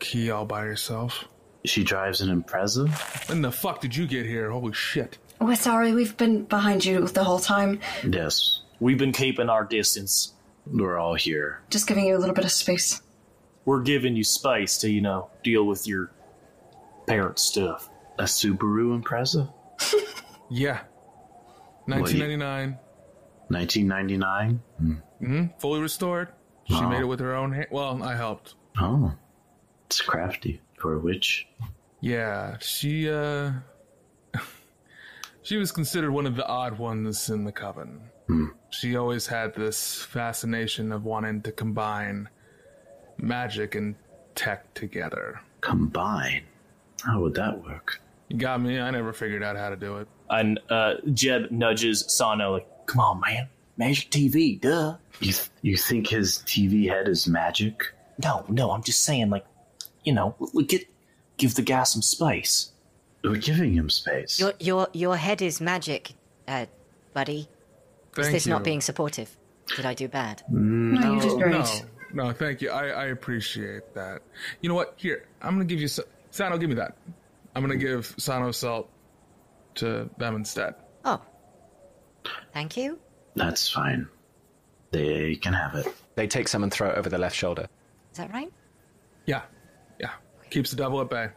[SPEAKER 4] key all by herself.
[SPEAKER 8] She drives an Impreza?
[SPEAKER 4] When the fuck did you get here? Holy shit.
[SPEAKER 3] We're sorry, we've been behind you the whole time.
[SPEAKER 8] Yes.
[SPEAKER 10] We've been keeping our distance.
[SPEAKER 8] We're all here.
[SPEAKER 3] Just giving you a little bit of space.
[SPEAKER 10] We're giving you space to, you know, deal with your parent stuff.
[SPEAKER 8] A Subaru Impreza?
[SPEAKER 4] Yeah.
[SPEAKER 8] What do you-
[SPEAKER 4] 1999.
[SPEAKER 8] 1999?
[SPEAKER 4] hmm Fully restored. She
[SPEAKER 8] Wow.
[SPEAKER 4] made it with her own hand. Well, I helped.
[SPEAKER 8] Oh. It's crafty for a witch.
[SPEAKER 4] Yeah, she uh [LAUGHS] she was considered one of the odd ones in the coven. She always had this fascination of wanting to combine magic and tech together.
[SPEAKER 8] Combine? How would that work?
[SPEAKER 4] You got me. I never figured out how to do it.
[SPEAKER 10] And uh, Jeb nudges Sano, like, come on, man. Magic TV, duh.
[SPEAKER 8] You, you think his TV head is magic?
[SPEAKER 10] No, no, I'm just saying, like, you know, we get, give the guy some space.
[SPEAKER 8] We're giving him space.
[SPEAKER 7] Your your your head is magic, uh, buddy. is
[SPEAKER 4] Thank
[SPEAKER 7] this not
[SPEAKER 4] you. Mm.
[SPEAKER 7] being supportive? Did I do bad?
[SPEAKER 4] no, Oh, No, no, thank you. I, I appreciate that. You know what? Here, I'm gonna give you so- Sano. Give me that. I'm gonna give Sano salt to them instead.
[SPEAKER 7] Oh. Thank you.
[SPEAKER 8] That's fine. They can have it.
[SPEAKER 11] They take some and throw it over the left shoulder.
[SPEAKER 7] Is that right?
[SPEAKER 4] Yeah, yeah. Keeps the devil at bay.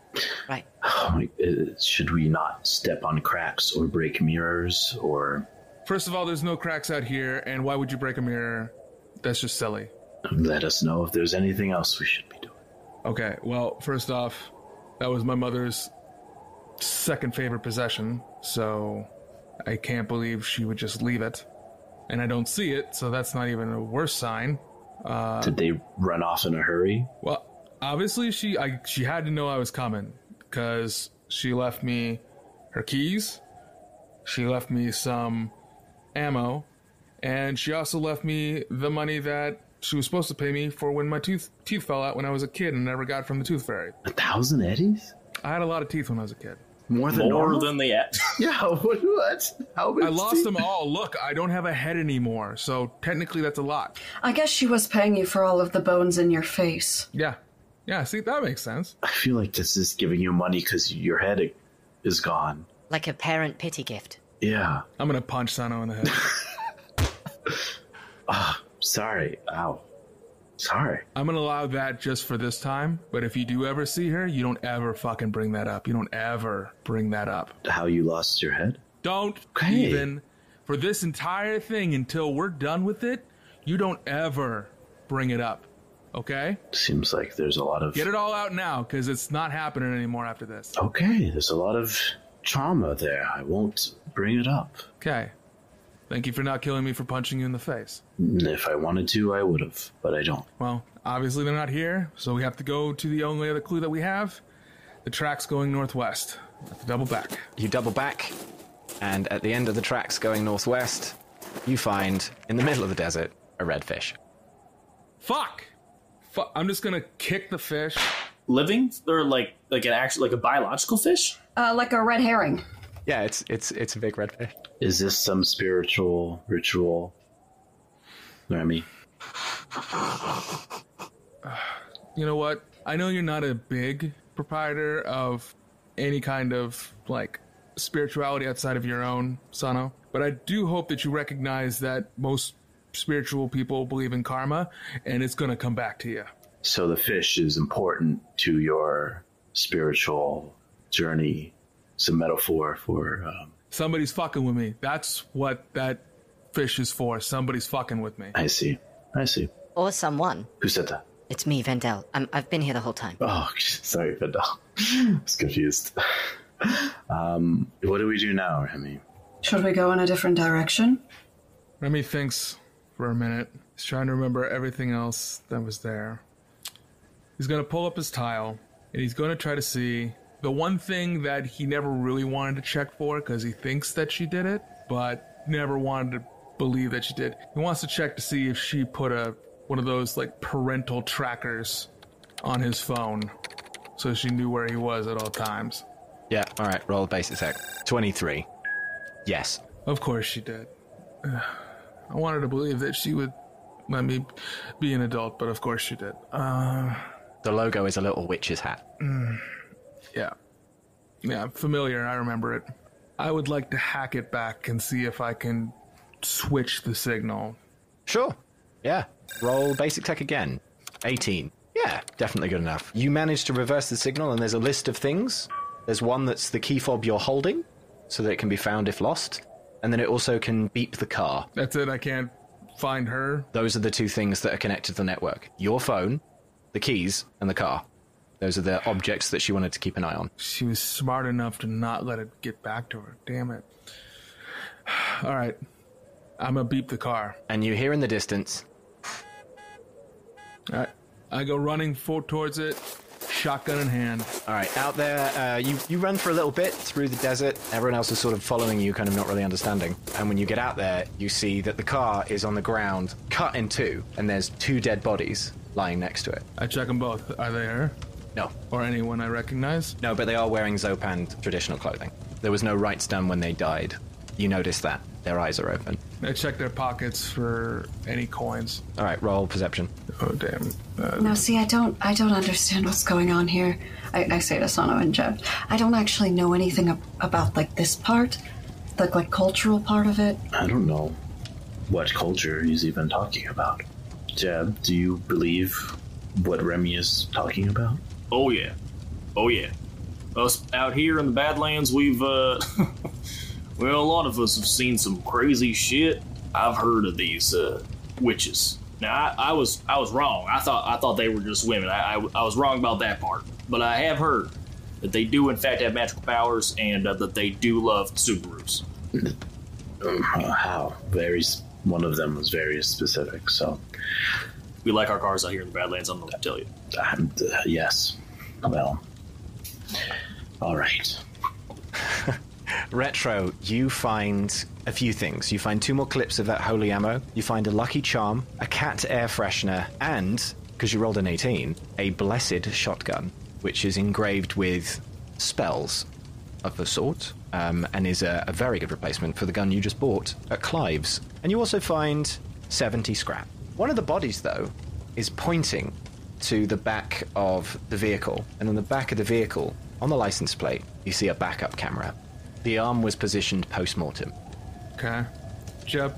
[SPEAKER 7] Right.
[SPEAKER 8] Oh my, uh, should we not step on cracks or break mirrors or
[SPEAKER 4] First of all, there's no cracks out here, and why would you break a mirror? That's just silly.
[SPEAKER 8] let us know if there's anything else we should be doing?
[SPEAKER 4] Okay, well, first off, that was my mother's second favorite possession, so I can't believe she would just leave it. And I don't see it, so that's not even a worse sign. Uh,
[SPEAKER 8] Did they run off in a hurry?
[SPEAKER 4] Well, obviously she I she had to know I was coming because she left me her keys, she left me some ammo, and she also left me the money that she was supposed to pay me for when my tooth teeth fell out when I was a kid and never got from the tooth fairy.
[SPEAKER 8] A thousand eddies?
[SPEAKER 4] I had a lot of teeth when I was a kid.
[SPEAKER 8] More than
[SPEAKER 10] More
[SPEAKER 8] normal?
[SPEAKER 10] than the act.
[SPEAKER 8] Yeah, [LAUGHS] what? what? How
[SPEAKER 4] I lost them all. Look, I don't have a head anymore, so technically that's a lot.
[SPEAKER 3] I guess she was paying you for all of the bones in your face.
[SPEAKER 4] Yeah, yeah. See, that makes sense.
[SPEAKER 8] I feel like this is giving you money because your head is gone.
[SPEAKER 7] Like a parent pity gift.
[SPEAKER 8] Yeah.
[SPEAKER 4] I'm gonna punch Sano in the head.
[SPEAKER 8] Ah, sorry. Ow. Sorry.
[SPEAKER 4] I'm gonna allow that just for this time, but if you do ever see her, you don't ever fucking bring that up. You don't ever bring that up.
[SPEAKER 8] How you lost your head?
[SPEAKER 4] Don't
[SPEAKER 8] Okay.
[SPEAKER 4] even for this entire thing until we're done with it, you don't ever bring it up. Okay?
[SPEAKER 8] Seems like there's a lot of.
[SPEAKER 4] Get it all out now, because it's not happening anymore after this.
[SPEAKER 8] Okay, there's a lot of trauma there. I won't bring it up.
[SPEAKER 4] Okay. Thank you for not killing me for punching you in the face.
[SPEAKER 8] If I wanted to, I would have, but I don't.
[SPEAKER 4] Well, obviously they're not here, so we have to go to the only other clue that we have. The track's going northwest. Have to double back.
[SPEAKER 11] You double back, and at the end of the tracks going northwest, you find, in the middle of the desert, a redfish.
[SPEAKER 4] Fuck! Fuck! I'm just gonna kick the fish.
[SPEAKER 10] [LAUGHS] Living or like like an actual like a biological fish?
[SPEAKER 3] Uh, like a red herring.
[SPEAKER 11] Yeah, it's it's it's a big redfish.
[SPEAKER 8] Is this some spiritual ritual? Remy,
[SPEAKER 4] You know what? I know you're not a big proprietor of any kind of like spirituality outside of your own, Sano, but I do hope that you recognize that most spiritual people believe in karma and it's going to come back to you.
[SPEAKER 8] so the fish is important to your spiritual journey. It's a metaphor for. Um,
[SPEAKER 4] Somebody's fucking with me. That's what that fish is for. Somebody's fucking with me.
[SPEAKER 8] I see. I see.
[SPEAKER 7] Or someone.
[SPEAKER 8] Who said that?
[SPEAKER 7] It's me, Vendel. I'm, I've been here the whole time.
[SPEAKER 1] [LAUGHS]
[SPEAKER 8] Oh, sorry, Fidel. I was confused. um, what do we do now, Remy?
[SPEAKER 3] Should we go in a different direction?
[SPEAKER 4] Remy thinks for a minute. He's trying to remember everything else that was there. He's going to pull up his tile and he's going to try to see the one thing that he never really wanted to check for because he thinks that she did it, but never wanted to believe that she did. He wants to check to see if she put a one of those like parental trackers on his phone so she knew where he was at all times.
[SPEAKER 11] Yeah, all right, roll a basic sec. 23. Yes.
[SPEAKER 4] Of course she did. I wanted to believe that she would let me be an adult, but of course she did. Uh,
[SPEAKER 11] The logo is a little witch's hat.
[SPEAKER 4] mm, yeah. Yeah, familiar. I remember it. I would like to hack it back and see if I can switch the signal.
[SPEAKER 11] Sure. Yeah. Roll basic tech again. 18. Yeah, definitely good enough. You manage to reverse the signal, and there's a list of things. There's one that's the key fob you're holding, so that it can be found if lost, and then it also can beep the car.
[SPEAKER 4] That's it. I can't find her.
[SPEAKER 11] Those are the two things that are connected to the network your phone, the keys, and the car. Those are the objects that she wanted to keep an eye on.
[SPEAKER 4] She was smart enough to not let it get back to her. Damn it. [SIGHS] All right. I'm going to beep the car.
[SPEAKER 11] And you hear in the distance.
[SPEAKER 4] All right. I go running for, towards it, shotgun in hand.
[SPEAKER 11] All right, out there, uh, you you run for a little bit through the desert. Everyone else is sort of following you, kind of not really understanding. And when you get out there, you see that the car is on the ground, cut in two, and there's two dead bodies lying next to it.
[SPEAKER 4] I check them both. Are they her?
[SPEAKER 11] No.
[SPEAKER 4] Or anyone I recognize?
[SPEAKER 11] No, but they are wearing Zopan traditional clothing. There was no rites done when they died. You notice that their eyes are open.
[SPEAKER 4] I check their pockets for any coins.
[SPEAKER 11] All right, roll perception.
[SPEAKER 4] Oh damn!
[SPEAKER 3] Now, see, I don't, I don't understand what's going on here. I, I say to Sano and Jeb, I don't actually know anything ab- about like this part, the like cultural part of it.
[SPEAKER 1] I don't know what culture he's even talking about. Jeb, do you believe what Remy is talking about?
[SPEAKER 10] Oh yeah, oh yeah. Us out here in the Badlands, we've uh, [LAUGHS] well, a lot of us have seen some crazy shit. I've heard of these uh, witches. Now I, I was I was wrong. I thought I thought they were just women. I, I, I was wrong about that part. But I have heard that they do in fact have magical powers and uh, that they do love Subarus.
[SPEAKER 1] Um,
[SPEAKER 8] uh,
[SPEAKER 1] how? Very. s- One of them was very specific. So,
[SPEAKER 10] We like our cars out here in the Badlands. I'm going to tell you.
[SPEAKER 1] um, d- yes. Well. All right.
[SPEAKER 11] Retro, you find a few things. You find two more clips of that holy ammo, you find a lucky charm, a cat air freshener, and, because you rolled an 18, a blessed shotgun, which is engraved with spells of a sort, um, and is a, a very good replacement for the gun you just bought at Clive's. And you also find 70 scrap. One of the bodies, though, is pointing to the back of the vehicle, and on the back of the vehicle, on the license plate, you see a backup camera. The arm was positioned post mortem.
[SPEAKER 4] Okay. Jeb,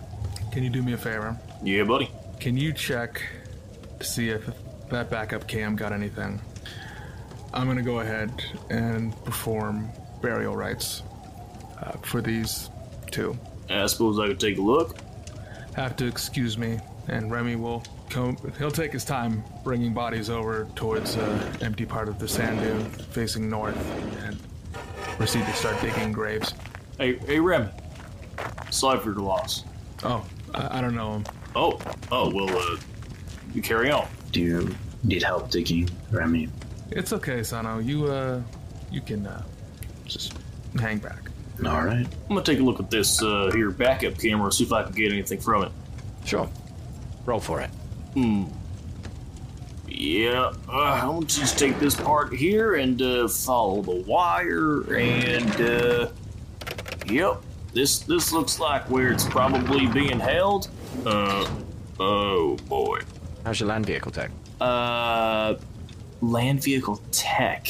[SPEAKER 4] can you do me a favor?
[SPEAKER 10] Yeah, buddy.
[SPEAKER 4] Can you check to see if that backup cam got anything? I'm gonna go ahead and perform burial rites uh, for these two.
[SPEAKER 10] I suppose I could take a look.
[SPEAKER 4] Have to excuse me, and Remy will come. He'll take his time bringing bodies over towards an empty part of the sand dune facing north, and proceed to start digging graves.
[SPEAKER 10] Hey, hey, Remy. Sorry for your loss.
[SPEAKER 4] Oh, I, I don't know him.
[SPEAKER 10] Oh, oh, well, uh, you carry on.
[SPEAKER 1] Do you need help digging, Remy?
[SPEAKER 4] It's okay, Sano. You uh, you can uh, just hang back.
[SPEAKER 1] All right.
[SPEAKER 10] I'm gonna take a look at this uh, here backup camera, see if I can get anything from it.
[SPEAKER 11] Sure. Roll for it.
[SPEAKER 10] Hmm. Yeah, uh, I'm gonna just take this part here and uh, follow the wire, and uh, yep, this this looks like where it's probably being held. Uh, oh boy.
[SPEAKER 11] How's your land vehicle tech?
[SPEAKER 10] Uh, land vehicle tech.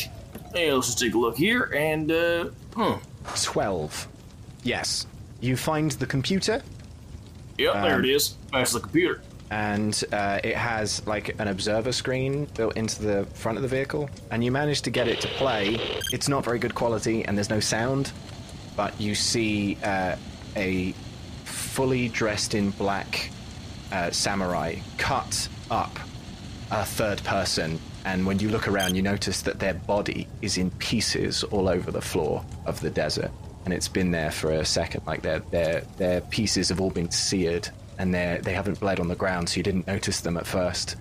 [SPEAKER 10] Hey, let's just take a look here, and uh, hmm.
[SPEAKER 11] 12. Yes. You find the computer.
[SPEAKER 10] Yep, there
[SPEAKER 11] Um,
[SPEAKER 10] it is. That's the computer.
[SPEAKER 11] And uh, it has like an observer screen built into the front of the vehicle, and you manage to get it to play. It's not very good quality, and there's no sound, but you see uh, a fully dressed in black uh, samurai cut up a third person, and when you look around, you notice that their body is in pieces all over the floor of the desert, and it's been there for a second. Like their their their pieces have all been seared, and they they haven't bled on the ground, so you didn't notice them at first.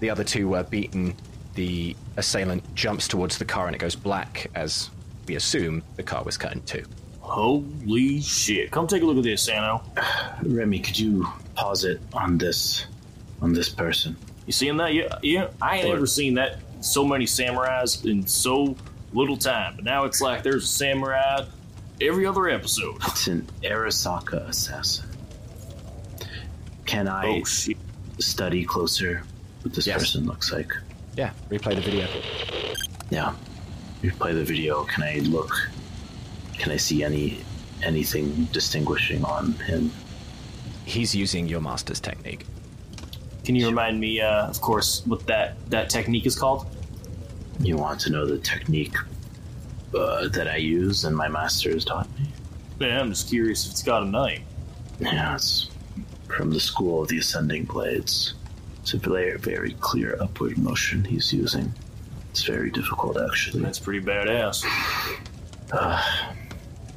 [SPEAKER 11] The other two were beaten. The assailant jumps towards the car, and it goes black as we assume the car was cut in two.
[SPEAKER 10] Holy shit! Come take a look at this, Sano.
[SPEAKER 1] Remy, could you pause it on this on this person?
[SPEAKER 10] You seen that? Yeah, yeah. I ain't
[SPEAKER 1] Or-
[SPEAKER 10] ever seen that. So many samurais in so little time. But now it's like there's a samurai every other episode.
[SPEAKER 1] It's an Arasaka assassin. Can
[SPEAKER 10] Oh,
[SPEAKER 1] I study closer what this person looks like?
[SPEAKER 11] Yeah, replay the video.
[SPEAKER 1] Yeah. You play the video. Can I look? Can I see any anything distinguishing on him?
[SPEAKER 11] He's using your master's technique.
[SPEAKER 10] Can you remind me, uh, of course, what that, that technique is called?
[SPEAKER 1] You want to know the technique uh, that I use and my master has taught me?
[SPEAKER 10] Yeah, I'm just curious if it's got a name.
[SPEAKER 1] Yeah, it's from the school of the ascending blades. It's a very, very clear upward motion he's using. It's very difficult, actually.
[SPEAKER 10] That's pretty badass. [SIGHS]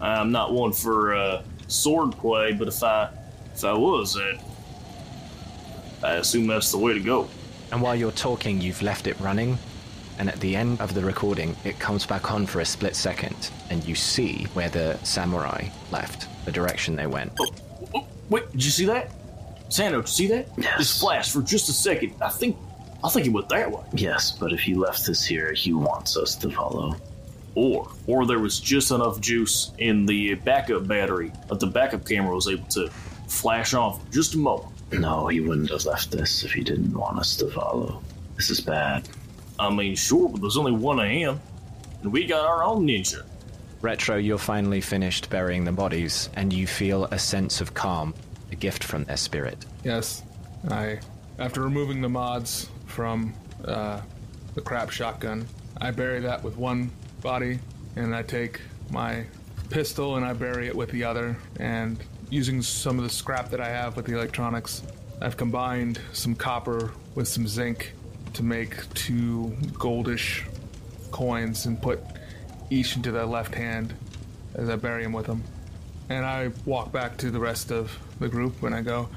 [SPEAKER 10] I'm not one for uh, sword play, but if I if I was, I'd, I assume that's the way to go.
[SPEAKER 11] And while you're talking, you've left it running, and at the end of the recording, it comes back on for a split second, and you see where the samurai left, the direction they went.
[SPEAKER 10] Wait, did you see that? Sando, did you see that? This flash for just a second. I think I think he went that way.
[SPEAKER 1] Yes, but if he left this here, he wants us to follow.
[SPEAKER 10] Or or there was just enough juice in the backup battery that the backup camera was able to flash on for just a moment.
[SPEAKER 1] No, he wouldn't have left this if he didn't want us to follow. This is bad.
[SPEAKER 10] I mean, sure, but there's only one of him, and we got our own ninja.
[SPEAKER 11] Retro, you're finally finished burying the bodies, and you feel a sense of calm, a gift from their spirit.
[SPEAKER 4] Yes, I. After removing the mods from uh, the crap shotgun, I bury that with one body, and I take my pistol and I bury it with the other. And using some of the scrap that I have with the electronics, I've combined some copper with some zinc to make two goldish coins and put each into their left hand as I bury him with them. And I walk back to the rest of the group and I go,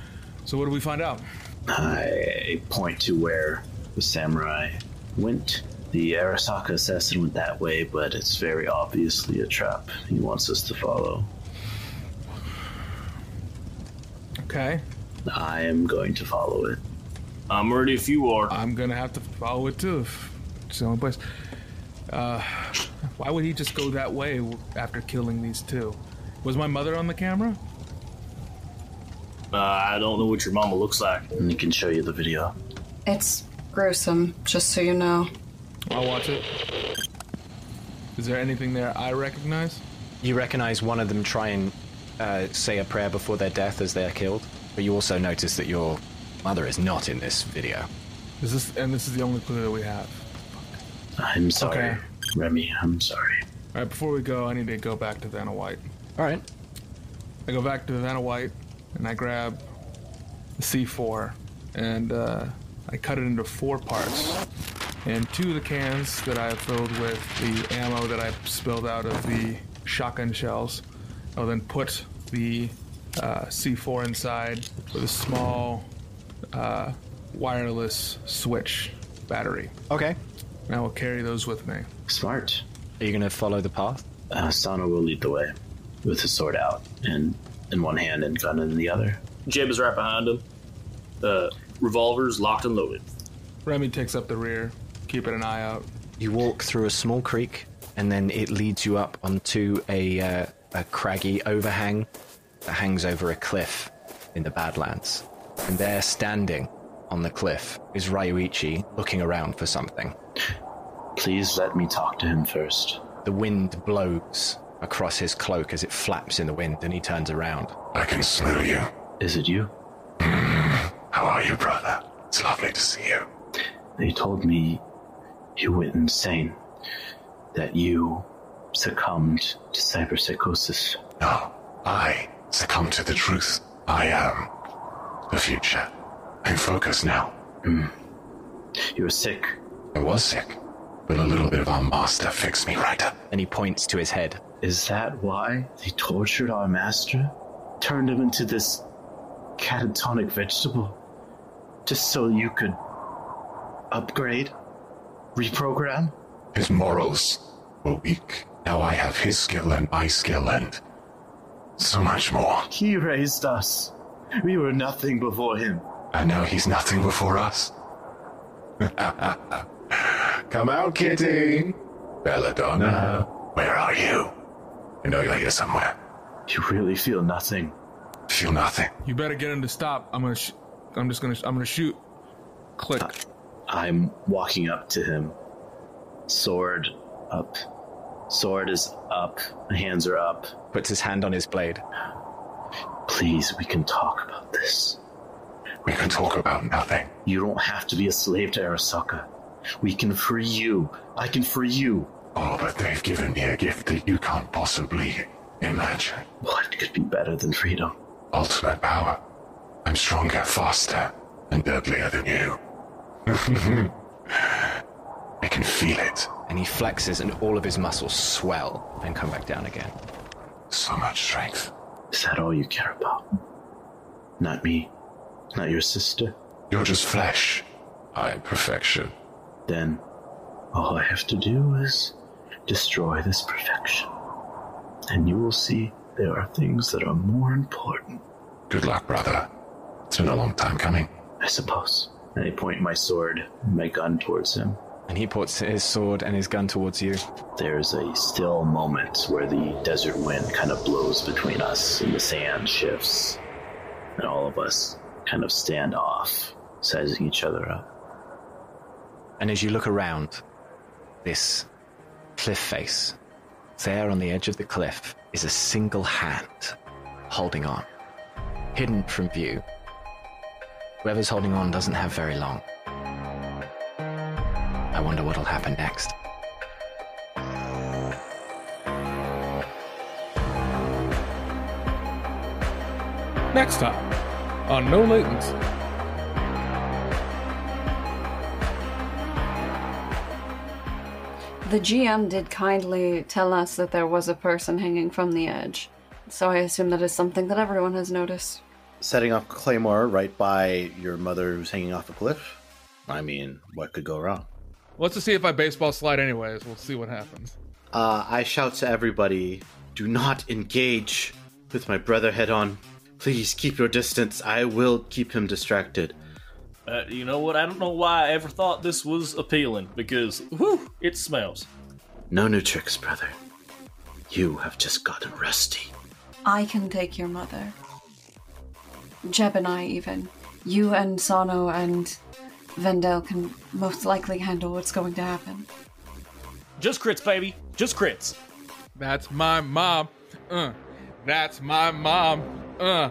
[SPEAKER 4] So, what do we find out?
[SPEAKER 1] I point to where the samurai went. The Arasaka assassin went that way, but it's very obviously a trap he wants us to follow.
[SPEAKER 4] Okay.
[SPEAKER 1] I am going to follow it.
[SPEAKER 10] I'm ready if you are.
[SPEAKER 4] I'm going to have to follow it too. If it's the only place. Uh, why would he just go that way after killing these two? Was my mother on the camera?
[SPEAKER 10] Uh, I don't know what your mama looks like.
[SPEAKER 1] And he can show you the video.
[SPEAKER 3] It's gruesome, just so you know.
[SPEAKER 4] I'll watch it. Is there anything there I recognize?
[SPEAKER 11] You recognize one of them try and uh, say a prayer before their death as they are killed, but you also notice that your mother is not in this video.
[SPEAKER 4] Is this and this is the only clue that we have?
[SPEAKER 1] I'm sorry,
[SPEAKER 4] Okay.
[SPEAKER 1] Remy. I'm sorry.
[SPEAKER 4] All right, before we go, I need to go back to Vanna White.
[SPEAKER 11] All right.
[SPEAKER 4] I go back to Vanna White and I grab the C4 and uh, I cut it into four parts. And two of the cans that I filled with the ammo that I spilled out of the shotgun shells, I'll then put the uh, C4 inside with a small uh, wireless switch battery.
[SPEAKER 11] Okay.
[SPEAKER 4] And I will carry those with me.
[SPEAKER 1] Smart.
[SPEAKER 11] Are you going to follow the path?
[SPEAKER 1] Uh, Sana will lead the way with his sword out and in one hand and gun in the other.
[SPEAKER 10] Jeb is right behind him. Uh, revolvers locked and loaded.
[SPEAKER 4] Remy takes up the rear, keeping an eye out.
[SPEAKER 11] You walk through a small creek, and then it leads you up onto a, uh, a craggy overhang that hangs over a cliff in the Badlands. And there, standing on the cliff, is Ryuichi looking around for something.
[SPEAKER 1] Please let me talk to him first.
[SPEAKER 11] The wind blows across his cloak as it flaps in the wind, and he turns around.
[SPEAKER 5] I can smell you.
[SPEAKER 1] Is it you?
[SPEAKER 5] How are you, brother? It's lovely to see you.
[SPEAKER 1] They told me you went insane, that you succumbmed to cyberpsychosis.
[SPEAKER 5] No, I succumb to the truth. I am the future. I'm focused now.
[SPEAKER 1] You were sick.
[SPEAKER 5] I was sick, but a little bit of our master fixed me right up.
[SPEAKER 11] And he points to his head.
[SPEAKER 1] Is that why they tortured our master? Turned him into this catatonic vegetable? Just so you could upgrade? Reprogram?
[SPEAKER 5] His morals were weak. Now I have his skill and my skill and so much more.
[SPEAKER 1] He raised us. We were nothing before him.
[SPEAKER 5] And now he's nothing before us. Come out, kitty. Belladonna, where are you? I know you're here somewhere.
[SPEAKER 1] You really feel nothing.
[SPEAKER 5] Feel nothing.
[SPEAKER 4] You better get him to stop. I'm gonna. Sh- I'm just gonna. Sh- I'm gonna shoot. Click.
[SPEAKER 1] I'm walking up to him. Sword up. Sword is up. Hands are up.
[SPEAKER 11] Puts his hand on his blade.
[SPEAKER 1] Please, we can talk about this.
[SPEAKER 5] We can talk about nothing.
[SPEAKER 1] You don't have to be a slave to Arasaka. We can free you. I can free you.
[SPEAKER 5] Oh, but they've given me a gift that you can't possibly imagine.
[SPEAKER 1] What could be better than freedom?
[SPEAKER 5] Ultimate power. I'm stronger, faster, and deadlier than you. [LAUGHS] I can feel it.
[SPEAKER 11] And he flexes, and all of his muscles swell and come back down again.
[SPEAKER 5] So much strength.
[SPEAKER 1] Is that all you care about? Not me. Not your sister.
[SPEAKER 5] You're just flesh. I am perfection.
[SPEAKER 1] Then all I have to do is destroy this perfection. And you will see there are things that are more important.
[SPEAKER 5] Good luck, brother. It's been a long time coming.
[SPEAKER 1] I suppose. And I point my sword, my gun towards him.
[SPEAKER 11] And he puts his sword and his gun towards you.
[SPEAKER 1] There's a still moment where the desert wind kind of blows between us and the sand shifts. And all of us kind of stand off, sizing each other up.
[SPEAKER 11] And as you look around, this cliff face, there on the edge of the cliff is a single hand holding on, hidden from view. Whoever's holding on doesn't have very long. I wonder what'll happen next.
[SPEAKER 4] Next time on No Latents.
[SPEAKER 3] The GM did kindly tell us that there was a person hanging from the edge, so I assume that is something that everyone has noticed.
[SPEAKER 13] Setting off Claymore right by your mother who's hanging off a cliff? I mean, what could go wrong?
[SPEAKER 4] Let's just see if I baseball slide anyways. We'll see what happens.
[SPEAKER 13] Uh, I shout to everybody do not engage with my brother head on. Please keep your distance. I will keep him distracted.
[SPEAKER 10] Uh, you know what? I don't know why I ever thought this was appealing because, whew, it smells.
[SPEAKER 13] No new tricks, brother. You have just gotten rusty.
[SPEAKER 3] I can take your mother. Jeb and I, even. You and Sano and Vendel can most likely handle what's going to happen.
[SPEAKER 10] Just crits, baby. Just crits.
[SPEAKER 4] That's my mom. Uh, that's my mom. Uh.